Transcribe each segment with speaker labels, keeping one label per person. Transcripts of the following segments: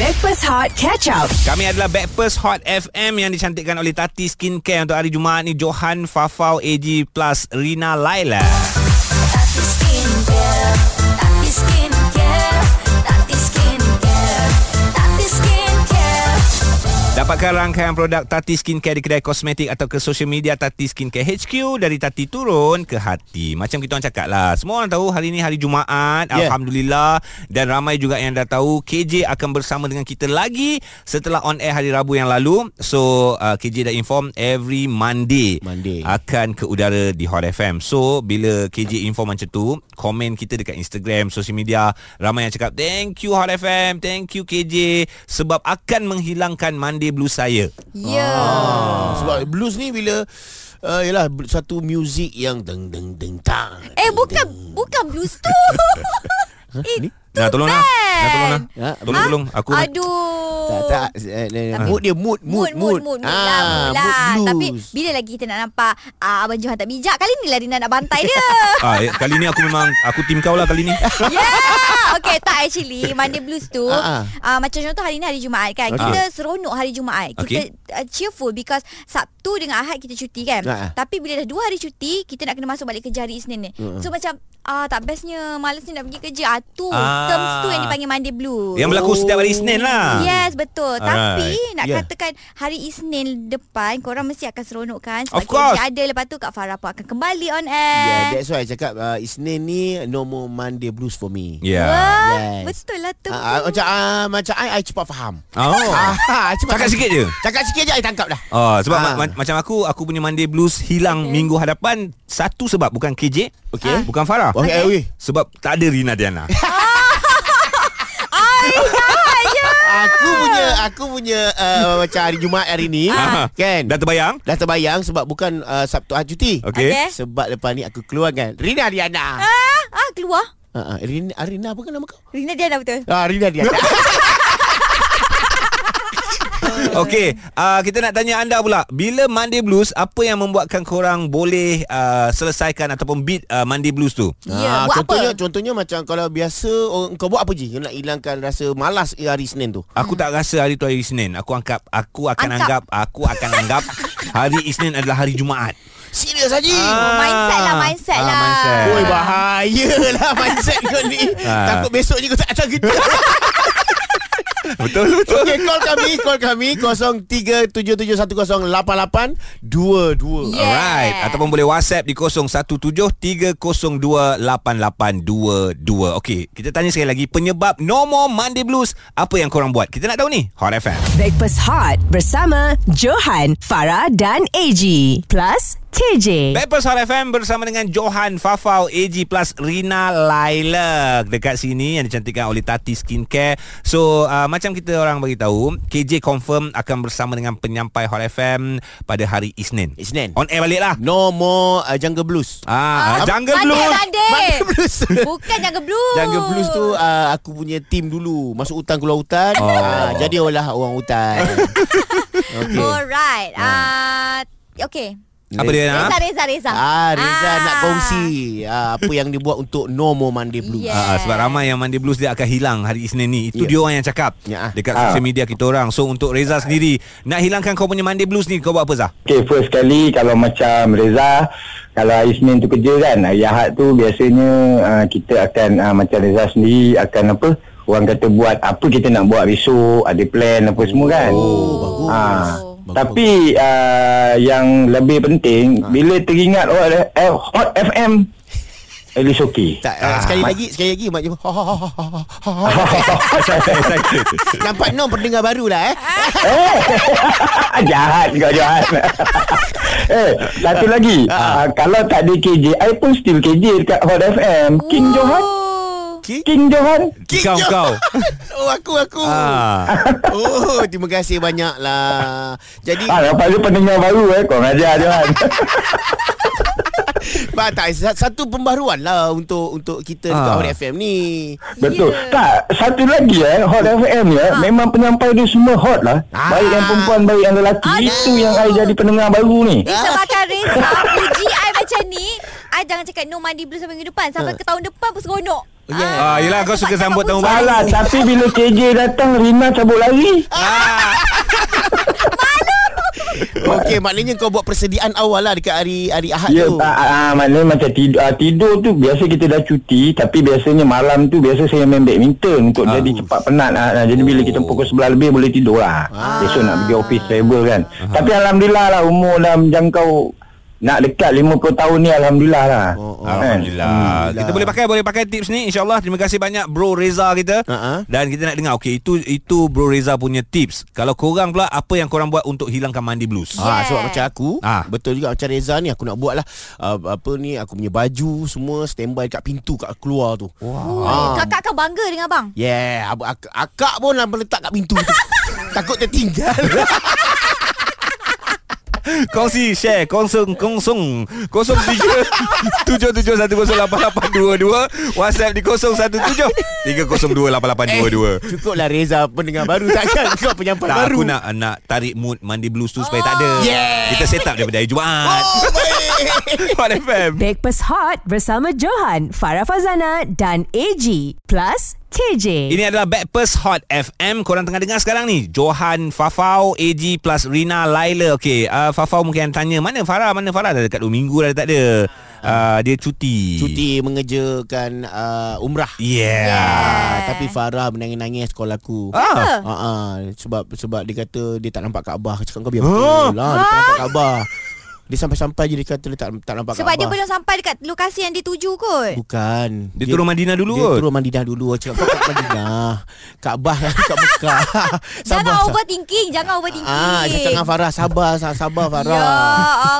Speaker 1: Backpass Hot Catch Up.
Speaker 2: Kami adalah Backpers Hot FM yang dicantikkan oleh Tati Skincare untuk hari Jumaat ni Johan, Fafau, AG plus Rina Laila.
Speaker 3: Tati Skincare, Tati Skincare, Tati Skincare, Tati Skincare.
Speaker 2: Dapatkan rangkaian produk Tati Skincare di kedai kosmetik atau ke social media Tati Skincare HQ dari Tati turun ke hati. Macam kita orang cakap lah. Semua orang tahu hari ni hari Jumaat. Yeah.
Speaker 4: Yeah.
Speaker 2: Alhamdulillah. Dan ramai juga yang dah tahu KJ akan bersama dengan kita lagi setelah on air hari Rabu yang lalu. So uh, KJ dah inform every Monday.
Speaker 4: Monday.
Speaker 2: akan ke udara di Hot FM. So bila KJ info macam tu, komen kita dekat Instagram, social media, ramai yang cakap thank you Hot FM, thank you KJ sebab akan menghilangkan Monday Blue saya.
Speaker 4: Ah. Sebab blues ni bila uh, Yalah satu muzik yang Deng deng deng tang
Speaker 5: Eh bukan eh, Bukan blues tu Itu
Speaker 2: Nah, tolonglah. Nah, tolonglah.
Speaker 4: Ha?
Speaker 2: Tolong tolong aku nak-
Speaker 5: Aduh
Speaker 4: Tak tak eh, eh, Mood dia mood Ah,
Speaker 5: Mood, oh. mood, mood, mood, lah, mood lah.
Speaker 4: mood blues.
Speaker 5: Tapi bila lagi kita nak nampak uh, Abang Johan tak bijak Kali ni lah Rina nak bantai dia
Speaker 2: Ah, eh, kali ni aku memang aku tim kau lah kali ni.
Speaker 5: Yeah Okay tak actually Monday Blues tu
Speaker 4: Ah, ah.
Speaker 5: uh, Macam contoh hari ni hari Jumaat kan
Speaker 4: Okay.
Speaker 5: Kita seronok hari Jumaat Kita
Speaker 2: Okay.
Speaker 5: uh, cheerful Because Sabtu dengan Ahad kita cuti kan
Speaker 4: Ah, ah.
Speaker 5: Tapi bila dah dua hari cuti Kita nak kena masuk balik kerja hari Isnin ni So macam Ah tak bestnya Malas ni nak pergi kerja ah, tu
Speaker 2: Ah.
Speaker 5: Terms tu yang dipanggil Monday Blues
Speaker 2: Yang berlaku setiap hari Isnin
Speaker 4: ah.
Speaker 2: lah.
Speaker 5: Yes betul
Speaker 2: Alright.
Speaker 5: Tapi nak
Speaker 4: Yeah.
Speaker 5: yeah. katakan Hari Isnin depan Korang mesti akan seronok kan Sebab
Speaker 2: Of course.
Speaker 5: KJ ada Lepas tu Kak Farah pun akan kembali on
Speaker 4: Yeah,
Speaker 5: air
Speaker 4: that's why I cakap uh, Isnin ni no more Monday blues for me.
Speaker 2: Yeah.
Speaker 5: Wah,
Speaker 4: Yes.
Speaker 5: Betul lah tu
Speaker 4: Ah, ah, macam ah, macam I, I cepat faham.
Speaker 2: Oh.
Speaker 4: Ah, I cepat
Speaker 2: Cakap
Speaker 4: faham.
Speaker 2: sikit je.
Speaker 4: Cakap sikit je I tangkap dah.
Speaker 2: Oh, sebab
Speaker 4: Ah.
Speaker 2: ma- ma- macam aku aku punya Monday Blues hilang okay. minggu hadapan satu sebab bukan KJ,
Speaker 4: Okey. Ah.
Speaker 2: bukan Farah.
Speaker 4: Okay, okay. okay.
Speaker 2: Sebab tak ada Rina Diana.
Speaker 4: Aku punya aku punya uh, macam hari Jumaat hari ni
Speaker 2: Ah.
Speaker 4: kan.
Speaker 2: Dah
Speaker 4: Dah,
Speaker 2: terbayang?
Speaker 4: dah terbayang sebab bukan uh, Sabtu Ahad cuti.
Speaker 2: Okey.
Speaker 5: Okey.
Speaker 4: Sebab lepas ni aku keluar kan. Rina Diana.
Speaker 5: ah, ah keluar
Speaker 4: Ha ah, Rina Rina apa kan nama kau?
Speaker 5: Rina dia dah betul
Speaker 4: Ah Rina Diana.
Speaker 2: Okey, uh, kita nak tanya anda pula. Bila Monday Blues, apa yang membuatkan korang boleh uh, selesaikan ataupun beat uh, Monday Blues tu?
Speaker 5: Ya,
Speaker 4: Ah,
Speaker 5: buat apa?
Speaker 4: contohnya contohnya macam kalau biasa orang- kau buat apa je nak hilangkan rasa malas hari Isnin tu?
Speaker 2: Aku tak rasa hari tu hari Isnin. Aku anggap aku akan anggap,
Speaker 5: Angkap.
Speaker 2: aku akan anggap hari Isnin adalah hari Jumaat.
Speaker 4: Serius haji.
Speaker 2: Ah.
Speaker 5: Mindset lah Mindset
Speaker 2: Ah,
Speaker 5: lah
Speaker 2: mindset.
Speaker 4: Oi bahayalah mindset kau ni.
Speaker 2: Ah.
Speaker 4: Takut besok je kau tak datang kerja.
Speaker 2: Betul betul.
Speaker 4: Okey call kami, call kami 0377108822.
Speaker 5: Yeah.
Speaker 2: Alright Ataupun boleh WhatsApp di 0173028822 Okey Kita tanya sekali lagi Penyebab No More Monday Blues Apa yang korang buat Kita nak tahu ni Hot FM
Speaker 1: Backpass Hot bersama Johan, Farah dan AG. Plus KJ.
Speaker 2: Backpast Hot FM bersama dengan Johan Fafau AG Plus Rina Laila dekat sini yang dicantikkan oleh Tati Skincare. So uh, macam kita orang bagi tahu, KJ confirm akan bersama dengan penyampai Hot FM pada hari Isnin.
Speaker 4: Isnin.
Speaker 2: On air balik lah.
Speaker 4: No more uh, jungle blues.
Speaker 2: Ah, ah, Jungle
Speaker 5: Monday,
Speaker 2: Blues.
Speaker 5: Monday.
Speaker 4: Jungle blues.
Speaker 5: Bukan Jungle Blues
Speaker 4: Jungle Blues tu
Speaker 5: Oh.
Speaker 4: uh, aku punya team dulu masuk hutan keluar hutan
Speaker 2: Oh.
Speaker 4: oh. uh, jadi olah orang hutan. Okey.
Speaker 5: Alright ah, Okay
Speaker 2: Apa dia ah? nak?
Speaker 5: Reza Reza Reza
Speaker 4: Ah Reza ah. nak kongsi ah, apa yang dia buat untuk No More Monday Blues.
Speaker 5: Yeah.
Speaker 2: Ah, ah, sebab ramai yang mandi blues dia akan hilang hari Isnin ni. Itu yeah.
Speaker 4: Ya.
Speaker 2: dia orang yang cakap
Speaker 4: Ya, ah.
Speaker 2: dekat social media kita orang. So untuk Reza sendiri nak hilangkan kau punya mandi blues ni kau buat apa Zah?
Speaker 6: Okay, first kali kalau macam Reza, kalau hari Isnin tu kerja kan, hari Ahad tu biasanya uh, kita akan uh, macam Reza sendiri akan apa, orang kata buat apa kita nak buat besok, ada plan apa semua kan.
Speaker 4: Oh, bagus.
Speaker 6: Ah,
Speaker 4: Bagus, Ah.
Speaker 6: tapi uh, yang lebih penting, bila teringat oh, ada- eh, Hot FM, at least okay.
Speaker 4: Tak, ah. sekali lagi, sekali lagi mak Jom. Ha, Nampak Nom pendengar baru lah eh.
Speaker 6: Ah, Jahat kau jahat Eh Satu lagi
Speaker 4: Ah.
Speaker 6: uh, Kalau tak ada KJ I pun still KJ Dekat Hot FM
Speaker 5: Ooh.
Speaker 6: King Johan King Johan
Speaker 2: Kau kau.
Speaker 4: oh, aku aku.
Speaker 2: Ah.
Speaker 4: Oh, terima kasih banyak lah. Jadi
Speaker 6: Ah, lepas tu pendengar baru eh Kau ngajar Johan
Speaker 4: Ba, tak, sa- satu pembaruan lah untuk untuk kita dekat
Speaker 2: Ah.
Speaker 4: Hot FM ni.
Speaker 6: Betul
Speaker 5: Ya.
Speaker 6: Tak Satu lagi eh Hot FM ya Memang penyampai dia semua hot lah
Speaker 4: Ah.
Speaker 6: Baik yang perempuan Baik yang lelaki
Speaker 5: Aduh.
Speaker 6: Itu yang I jadi pendengar baru ni
Speaker 5: Disebabkan Reza Puji I macam ni I jangan cakap No mandi blues sampai minggu depan Sampai ke tahun depan pun seronok
Speaker 2: Yeah. Ah, yelah kau suka sambut tahun baru.
Speaker 6: Alah, tapi bila KJ datang, Rina cabut lari.
Speaker 4: Okey, maknanya kau buat persediaan awal lah dekat hari hari Ahad
Speaker 6: Ya,
Speaker 4: tu.
Speaker 6: ah, ah, maknanya macam tidur, ah, tidur tu biasa kita dah cuti tapi biasanya malam tu biasa saya main badminton untuk jadi cepat penat. Ah, ah, jadi bila kita pukul 11 lebih boleh tidur lah.
Speaker 4: Ah.
Speaker 6: Besok nak pergi office travel kan. Tapi Alhamdulillah lah umur dalam jangkau nak dekat 50 tahun ni Alhamdulillah lah.
Speaker 4: Oh, oh.
Speaker 6: Kan?
Speaker 2: Alhamdulillah. Kita boleh pakai boleh pakai tips ni insyaallah. Terima kasih banyak Bro Reza kita.
Speaker 4: Ha-ha.
Speaker 2: Dan kita nak dengar okey itu itu Bro Reza punya tips. Kalau korang pula apa yang korang buat untuk hilangkan mandi blues?
Speaker 4: Ah,
Speaker 5: Yeah.
Speaker 4: sebab macam aku
Speaker 2: Ah.
Speaker 4: ah. Betul juga macam Reza ni Aku nak buat lah uh, Apa ni Aku punya baju Semua standby dekat pintu Kat keluar tu
Speaker 5: Oh, Kakak akan bangga dengan abang
Speaker 4: Yeah ab- ak- Akak pun lah letak kat pintu tu Takut tertinggal
Speaker 2: Kongsi share Konsung Konsung 03 77108822 WhatsApp di 017 3028822
Speaker 4: Cukup lah Reza Pendengar baru Takkan kau penyampai
Speaker 2: tak,
Speaker 4: baru
Speaker 2: aku nak nak tarik mood mandi blues tu supaya tak ada.
Speaker 4: Yeah.
Speaker 2: Kita set up daripada hari Jumaat.
Speaker 4: Oh baik
Speaker 2: Hot FM.
Speaker 1: Breakfast Hot bersama Johan, Farah Fazana dan AG plus KJ.
Speaker 2: Ini adalah Backpast Hot FM Korang tengah dengar sekarang ni Johan Fafau AG plus Rina Laila Okey uh, Fafau mungkin tanya Mana Farah Mana Farah dah dekat 2 minggu dah tak ada uh, Dia cuti
Speaker 4: Cuti mengejakan uh, Umrah
Speaker 2: Yeah, yeah.
Speaker 4: Ah, Tapi Farah menangis-nangis Call aku
Speaker 2: Ah.
Speaker 4: Ah, ah, sebab sebab dia kata dia tak nampak Kaabah. Aku cakap kau biar betul lah dia tak nampak Kaabah. Dia sampai-sampai je dia kata dia tak, tak nampak
Speaker 5: Sebab dia
Speaker 4: Kaabah.
Speaker 5: belum sampai dekat lokasi yang dituju kot
Speaker 4: Bukan.
Speaker 2: Dia turun Madinah dulu
Speaker 4: Dia
Speaker 2: kot.
Speaker 4: turun Madinah dulu. Aku Cakap kau kat Madinah. Kaabah yang kat Mekah.
Speaker 5: Jangan
Speaker 4: Sabar.
Speaker 5: overthinking Jangan overthinking
Speaker 4: Ah, dia cakap dengan Farah sabar sa- sabar Farah.
Speaker 5: Ya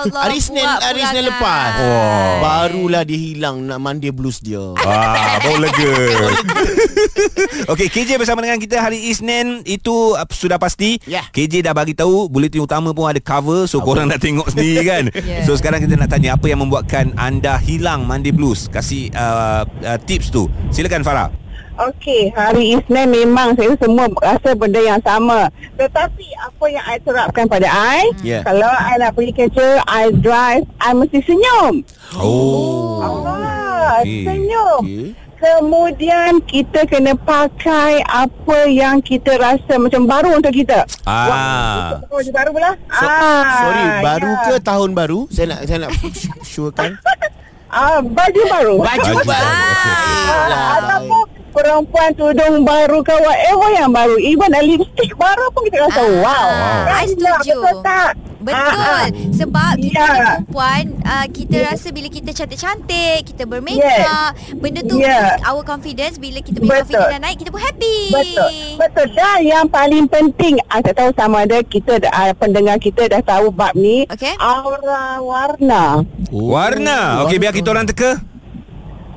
Speaker 5: Allah
Speaker 4: Hari Senin
Speaker 5: buat
Speaker 4: hari Senin
Speaker 5: perangai.
Speaker 4: lepas.
Speaker 7: Oh.
Speaker 2: Wah.
Speaker 4: Barulah dia hilang nak mandi blues dia.
Speaker 2: Wah, Ah, bau lega Okey, KJ bersama dengan kita hari Isnin Itu uh, sudah pasti
Speaker 4: Ya.
Speaker 2: KJ dah bagi tahu Buletin utama pun ada cover So korang dah tengok sendiri kan
Speaker 5: Ya.
Speaker 2: So sekarang kita nak tanya Apa yang membuatkan anda hilang mandi blues Kasih uh, uh, tips tu Silakan Farah
Speaker 7: Okey, hari Isnin memang saya semua rasa benda yang sama. Tetapi apa yang I terapkan pada I,
Speaker 2: Ya.
Speaker 4: Yeah.
Speaker 7: kalau I nak pergi kerja, I drive, I mesti senyum.
Speaker 2: Oh,
Speaker 7: Ah,
Speaker 2: okey.
Speaker 7: senyum.
Speaker 4: Okey.
Speaker 7: Kemudian kita kena pakai apa yang kita rasa macam baru untuk kita.
Speaker 2: Ah.
Speaker 7: Wah, untuk baju Oh, baru pula.
Speaker 4: So,
Speaker 7: ah,
Speaker 4: sorry, baru
Speaker 7: ya.
Speaker 4: ke tahun baru? Saya nak saya nak syorkan.
Speaker 7: Ah, baju baru.
Speaker 4: Baju
Speaker 2: Baju baru.
Speaker 4: baru.
Speaker 7: Ah, Ataupun perempuan tudung baru ke whatever yang baru even a lipstick baru pun kita rasa
Speaker 5: Ah,
Speaker 7: wow, wow.
Speaker 5: I setuju.
Speaker 7: betul tak
Speaker 5: Betul Sebab kita
Speaker 7: Ah. Ya.
Speaker 5: yeah. perempuan uh, Kita rasa bila kita cantik-cantik Kita bermakeup yes.
Speaker 7: Yes.
Speaker 5: Benda tu
Speaker 7: Yeah.
Speaker 5: yeah. Our confidence Bila kita punya
Speaker 7: Betul.
Speaker 5: confidence dah naik Kita pun happy
Speaker 7: Betul Betul Dan yang paling penting I tak tahu sama ada Kita uh, Pendengar kita dah tahu bab ni
Speaker 5: Okey.
Speaker 7: Aura warna
Speaker 2: Warna Okey, biar kita orang teka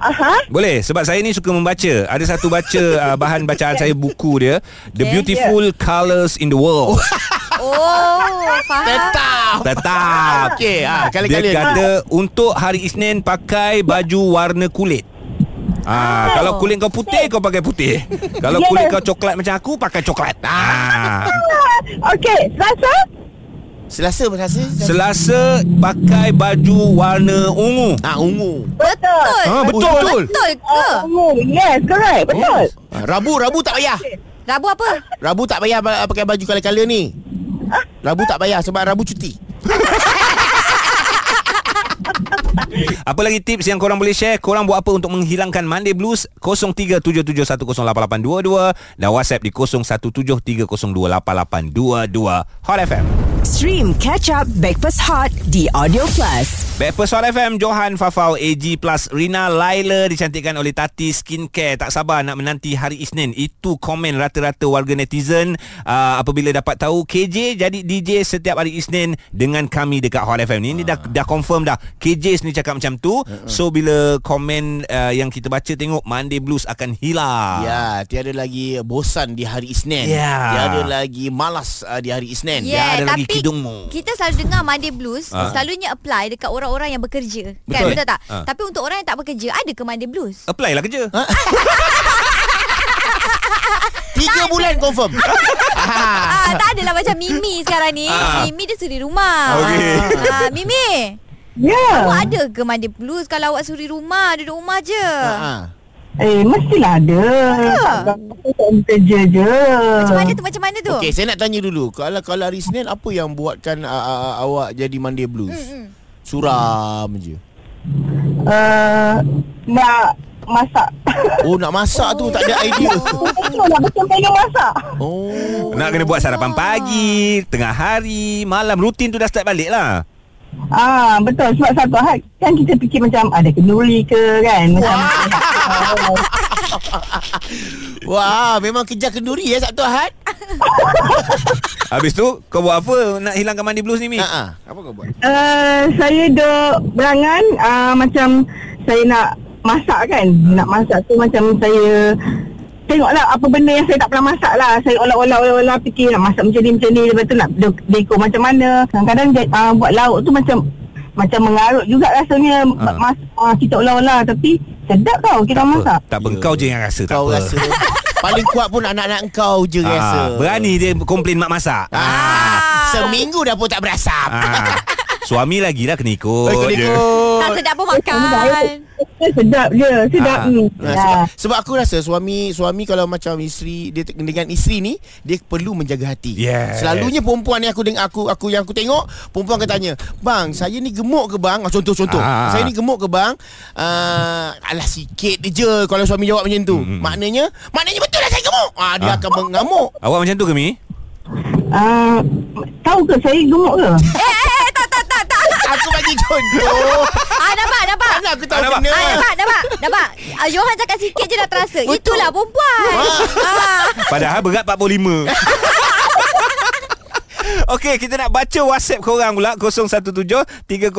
Speaker 7: Aha
Speaker 2: Boleh sebab saya ni suka membaca. Ada satu baca uh, bahan bacaan saya buku dia The Beautiful Colors in the World.
Speaker 5: Oh Faham
Speaker 4: Tetap.
Speaker 2: Tetap.
Speaker 4: Okey, ah
Speaker 2: lah. Dia
Speaker 4: kali-kali.
Speaker 2: kata untuk hari Isnin pakai baju warna kulit. Ah,
Speaker 5: Oh.
Speaker 2: kalau kulit kau putih kau pakai putih. Kalau
Speaker 7: Yes.
Speaker 2: kulit kau coklat macam aku pakai coklat. Ah.
Speaker 7: Okay Selasa
Speaker 4: Selasa Selasa. Selasa.
Speaker 2: Selasa pakai baju warna ungu.
Speaker 4: Ah ungu.
Speaker 7: Betul
Speaker 2: Ah, betul.
Speaker 4: Betul.
Speaker 5: Betul ke
Speaker 7: Oh, ungu. Yes correct
Speaker 2: Oh.
Speaker 7: Betul
Speaker 4: Ah, Rabu Rabu tak payah.
Speaker 5: Rabu apa
Speaker 4: Rabu tak payah ba- pakai baju kala-kala ni. Rabu tak payah sebab Rabu cuti.
Speaker 2: Apa lagi tips yang korang boleh share? Korang buat apa untuk menghilangkan Monday Blues? 0377108822 dan WhatsApp di 0173028822 Hot FM.
Speaker 1: Stream catch up Breakfast Hot di Audio Plus.
Speaker 2: Backpast Hot FM Johan Fafau AG plus Rina Laila dicantikkan oleh Tati Skincare tak sabar nak menanti hari Isnin itu komen rata-rata warga netizen uh, apabila dapat tahu KJ jadi DJ setiap hari Isnin dengan kami dekat Hot FM ni ni dah dah confirm dah KJ sendiri cakap macam tu so bila komen uh, yang kita baca tengok Monday Blues akan hilang
Speaker 4: Ya, tiada lagi bosan di hari
Speaker 2: Ah.
Speaker 4: Isnin.
Speaker 2: Ya.
Speaker 4: Tiada lagi malas uh, di hari Isnin.
Speaker 2: Ya. ada lagi
Speaker 5: tapi
Speaker 2: kidungmu.
Speaker 5: Kita selalu dengar Monday Blues
Speaker 2: Ah.
Speaker 5: Selalunya apply Dekat orang-orang yang bekerja
Speaker 2: Betul.
Speaker 5: Kan betul tak
Speaker 2: Ah.
Speaker 5: Tapi untuk orang yang tak bekerja Ada ke Monday Blues
Speaker 2: apply lah kerja
Speaker 4: Tiga bulan confirm.
Speaker 5: Ah, tak adalah macam Mimi sekarang ni.
Speaker 2: Ah.
Speaker 5: Mimi dia suri rumah.
Speaker 2: Okey.
Speaker 5: Ah, Mimi,
Speaker 7: Ya yeah.
Speaker 5: awak ada ke mandi blues kalau awak suri rumah, duduk rumah je?
Speaker 4: Ha.
Speaker 7: Eh, mestilah ada.
Speaker 5: Ah,
Speaker 7: Takkan Tak kerja je.
Speaker 5: Macam mana tu Macam mana tu
Speaker 4: Okey, saya nak tanya dulu. Kalau kalau hari Senin apa yang buatkan uh, uh, awak jadi Monday blues?
Speaker 5: Mm-mm.
Speaker 4: Suram je.
Speaker 7: Uh, nak masak.
Speaker 4: Oh, nak masak tu tak ada idea.
Speaker 7: Oh, Betul nak betul menu masak.
Speaker 4: Oh.
Speaker 2: Nak kena buat sarapan pagi, tengah hari, malam rutin tu dah start balik lah.
Speaker 7: Ah, betul. Sebab satu hal, kan kita fikir macam ada kenduri ke kan. Macam, Ah,
Speaker 4: Wah, memang kejar kenduri ya Sabtu Ahad.
Speaker 2: Habis tu kau buat apa nak hilangkan mandi blues ni Mi?
Speaker 4: Ha ah. Apa kau buat?
Speaker 7: uh, saya duduk berangan uh, macam saya nak masak kan. Nak masak tu macam saya Tengoklah apa benda yang saya tak pernah masak lah Saya olah-olah olah-olah fikir nak masak macam ni macam ni Lepas tu nak de- dekor macam mana Kadang-kadang dia, uh, buat lauk tu macam Macam mengarut juga rasanya
Speaker 2: Ha.
Speaker 7: ha. mas, uh, Kita olah-olah tapi sedap tau kita
Speaker 2: tak
Speaker 7: masak
Speaker 2: Apa, tak apa
Speaker 4: Ya.
Speaker 2: kau je yang rasa tak
Speaker 4: Kau
Speaker 2: apa.
Speaker 4: rasa paling kuat pun anak-anak kau je rasa.
Speaker 2: Ah, berani dia komplain mak masak.
Speaker 4: Ah, seminggu dah pun tak berasap.
Speaker 2: Ah. Suami lagi lah kena ikut.
Speaker 4: Oh,
Speaker 2: je.
Speaker 5: Tak sedap pun makan
Speaker 7: Eh, Sedap je Sedap
Speaker 2: Ah,
Speaker 7: ha. ni
Speaker 4: Nah, sebab, sebab aku rasa suami suami kalau macam isteri dia te- dengan isteri ni dia perlu menjaga hati.
Speaker 2: Yes.
Speaker 4: Selalunya perempuan yang aku dengar aku aku yang aku tengok perempuan akan tanya, "Bang, saya ni gemuk ke bang?" Ah, Contoh-contoh.
Speaker 2: Ah.
Speaker 4: Saya ni gemuk ke bang? Uh, alah sikit je kalau suami jawab macam tu.
Speaker 2: Hmm.
Speaker 4: Maknanya, maknanya betul lah saya gemuk. Ah dia
Speaker 2: Ah.
Speaker 4: akan mengamuk.
Speaker 2: Awak macam tu ke Mi?
Speaker 7: Ah, tahu ke saya gemuk ke?
Speaker 5: Eh eh eh Tak tak tak tak
Speaker 4: Aku bagi contoh.
Speaker 5: Ah nampak nampak
Speaker 4: Mana aku tahu
Speaker 2: Ah, nampak.
Speaker 4: kena.
Speaker 5: Ah, nampak, nampak, nampak. Ah, Johan cakap sikit je dah terasa. Betul. Itulah perempuan. Ah.
Speaker 2: Padahal berat 45 Okey, kita nak baca WhatsApp korang pula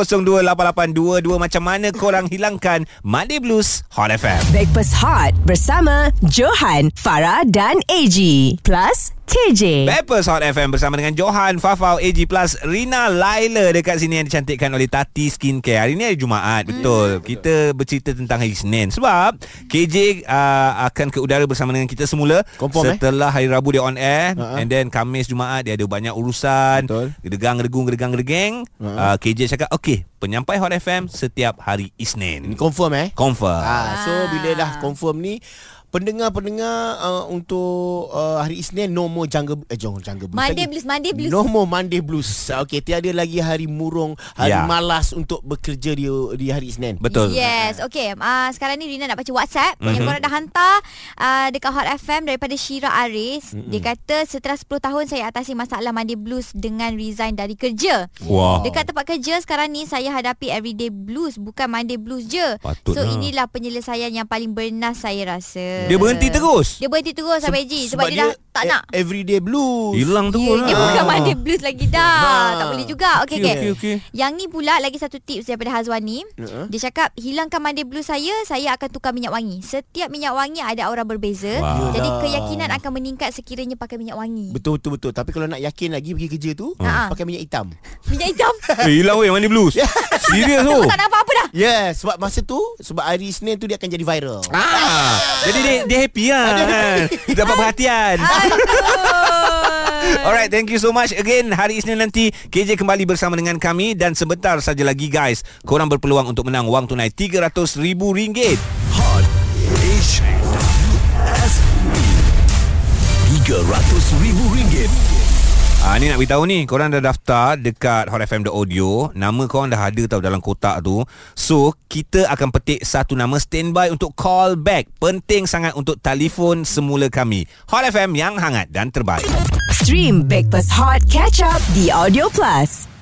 Speaker 2: 017-302-8822 Macam mana korang hilangkan Monday Blues Hot FM
Speaker 1: Breakfast Hot bersama Johan, Farah dan AG. Plus KJ.
Speaker 2: Bappers Hot FM bersama dengan Johan, Fafau, AG Plus, Rina, Laila dekat sini yang dicantikkan oleh Tati Skincare. Hari ni hari Jumaat,
Speaker 4: Hmm.
Speaker 2: betul. Kita bercerita tentang hari Senin sebab KJ uh, akan ke udara bersama dengan kita semula
Speaker 4: Confirm, eh?
Speaker 2: setelah hari Rabu dia on air
Speaker 4: Ha-ha.
Speaker 2: and then Kamis Jumaat dia ada banyak urusan.
Speaker 4: Betul.
Speaker 2: Gedegang regung gedegang regeng.
Speaker 4: Ha-ha.
Speaker 2: Uh, KJ cakap, "Okey, penyampai Hot FM setiap hari Isnin."
Speaker 4: Ni confirm eh?
Speaker 2: Confirm.
Speaker 4: Ah, so bila dah confirm ni pendengar-pendengar uh, untuk uh, hari Isnin no more jungle eh jangan jungle blues.
Speaker 5: Monday
Speaker 4: lagi.
Speaker 5: blues, Monday blues.
Speaker 4: No more Monday blues. Ah, Okey, tiada lagi hari murung, hari
Speaker 2: Ya.
Speaker 4: malas untuk bekerja di di hari Isnin.
Speaker 2: Betul. Mhm.
Speaker 5: Yes, okay. Uh, sekarang ni Rina nak baca WhatsApp mm-hmm. yang korang dah hantar uh, dekat Hot FM daripada Shira
Speaker 2: Mhm.
Speaker 5: Aris. Mm-hmm. Dia kata setelah 10 tahun saya atasi masalah mandi blues dengan resign dari kerja.
Speaker 2: Wow.
Speaker 5: Dekat tempat kerja sekarang ni saya hadapi everyday blues bukan Monday blues je.
Speaker 2: Patut
Speaker 5: so
Speaker 2: lah.
Speaker 5: inilah penyelesaian yang paling bernas saya rasa.
Speaker 2: Dia berhenti terus.
Speaker 5: Dia berhenti terus sampai G Eh, sebab, sebab dia, dia dah tak
Speaker 2: eh,
Speaker 4: e-
Speaker 5: nak.
Speaker 4: everyday blues.
Speaker 2: Hilang tu
Speaker 5: Ya, dia bukan
Speaker 2: Ah.
Speaker 5: Monday blues lagi dah.
Speaker 4: Ah.
Speaker 5: Tak boleh juga. Okey
Speaker 2: lah. Okey,
Speaker 5: okey.
Speaker 2: okey, okey.
Speaker 5: Yang ni pula lagi satu tips daripada Hazwani.
Speaker 4: Uh-huh.
Speaker 5: Dia cakap hilangkan mandi blues saya, saya akan tukar minyak wangi. Setiap minyak wangi ada aura berbeza.
Speaker 2: Wow.
Speaker 5: Jadi
Speaker 4: Yalah.
Speaker 5: keyakinan akan meningkat sekiranya pakai minyak wangi.
Speaker 4: Betul betul betul. Tapi kalau nak yakin lagi pergi kerja tu,
Speaker 5: Ha.
Speaker 4: pakai minyak hitam.
Speaker 5: minyak hitam.
Speaker 2: Eh, hilang weh Monday Blues. Serius tu.
Speaker 5: Oh. tak nampak apa dah.
Speaker 4: Ya, yeah, sebab masa tu sebab hari Isnin tu dia akan jadi viral.
Speaker 2: Ah, jadi dia, dia happy lah kan. Dapat perhatian Alright thank you so much Again hari Isnin nanti KJ kembali bersama dengan kami Dan sebentar saja lagi guys Korang berpeluang untuk menang Wang tunai RM300,000
Speaker 8: RM300,000
Speaker 2: Ah ni nak beritahu ni korang dah daftar dekat Hot FM The Audio nama korang dah ada tau dalam kotak tu so kita akan petik satu nama standby untuk call back penting sangat untuk telefon semula kami Hot FM yang hangat dan terbaik
Speaker 1: Stream Breakfast Hot Catch Up di Audio Plus.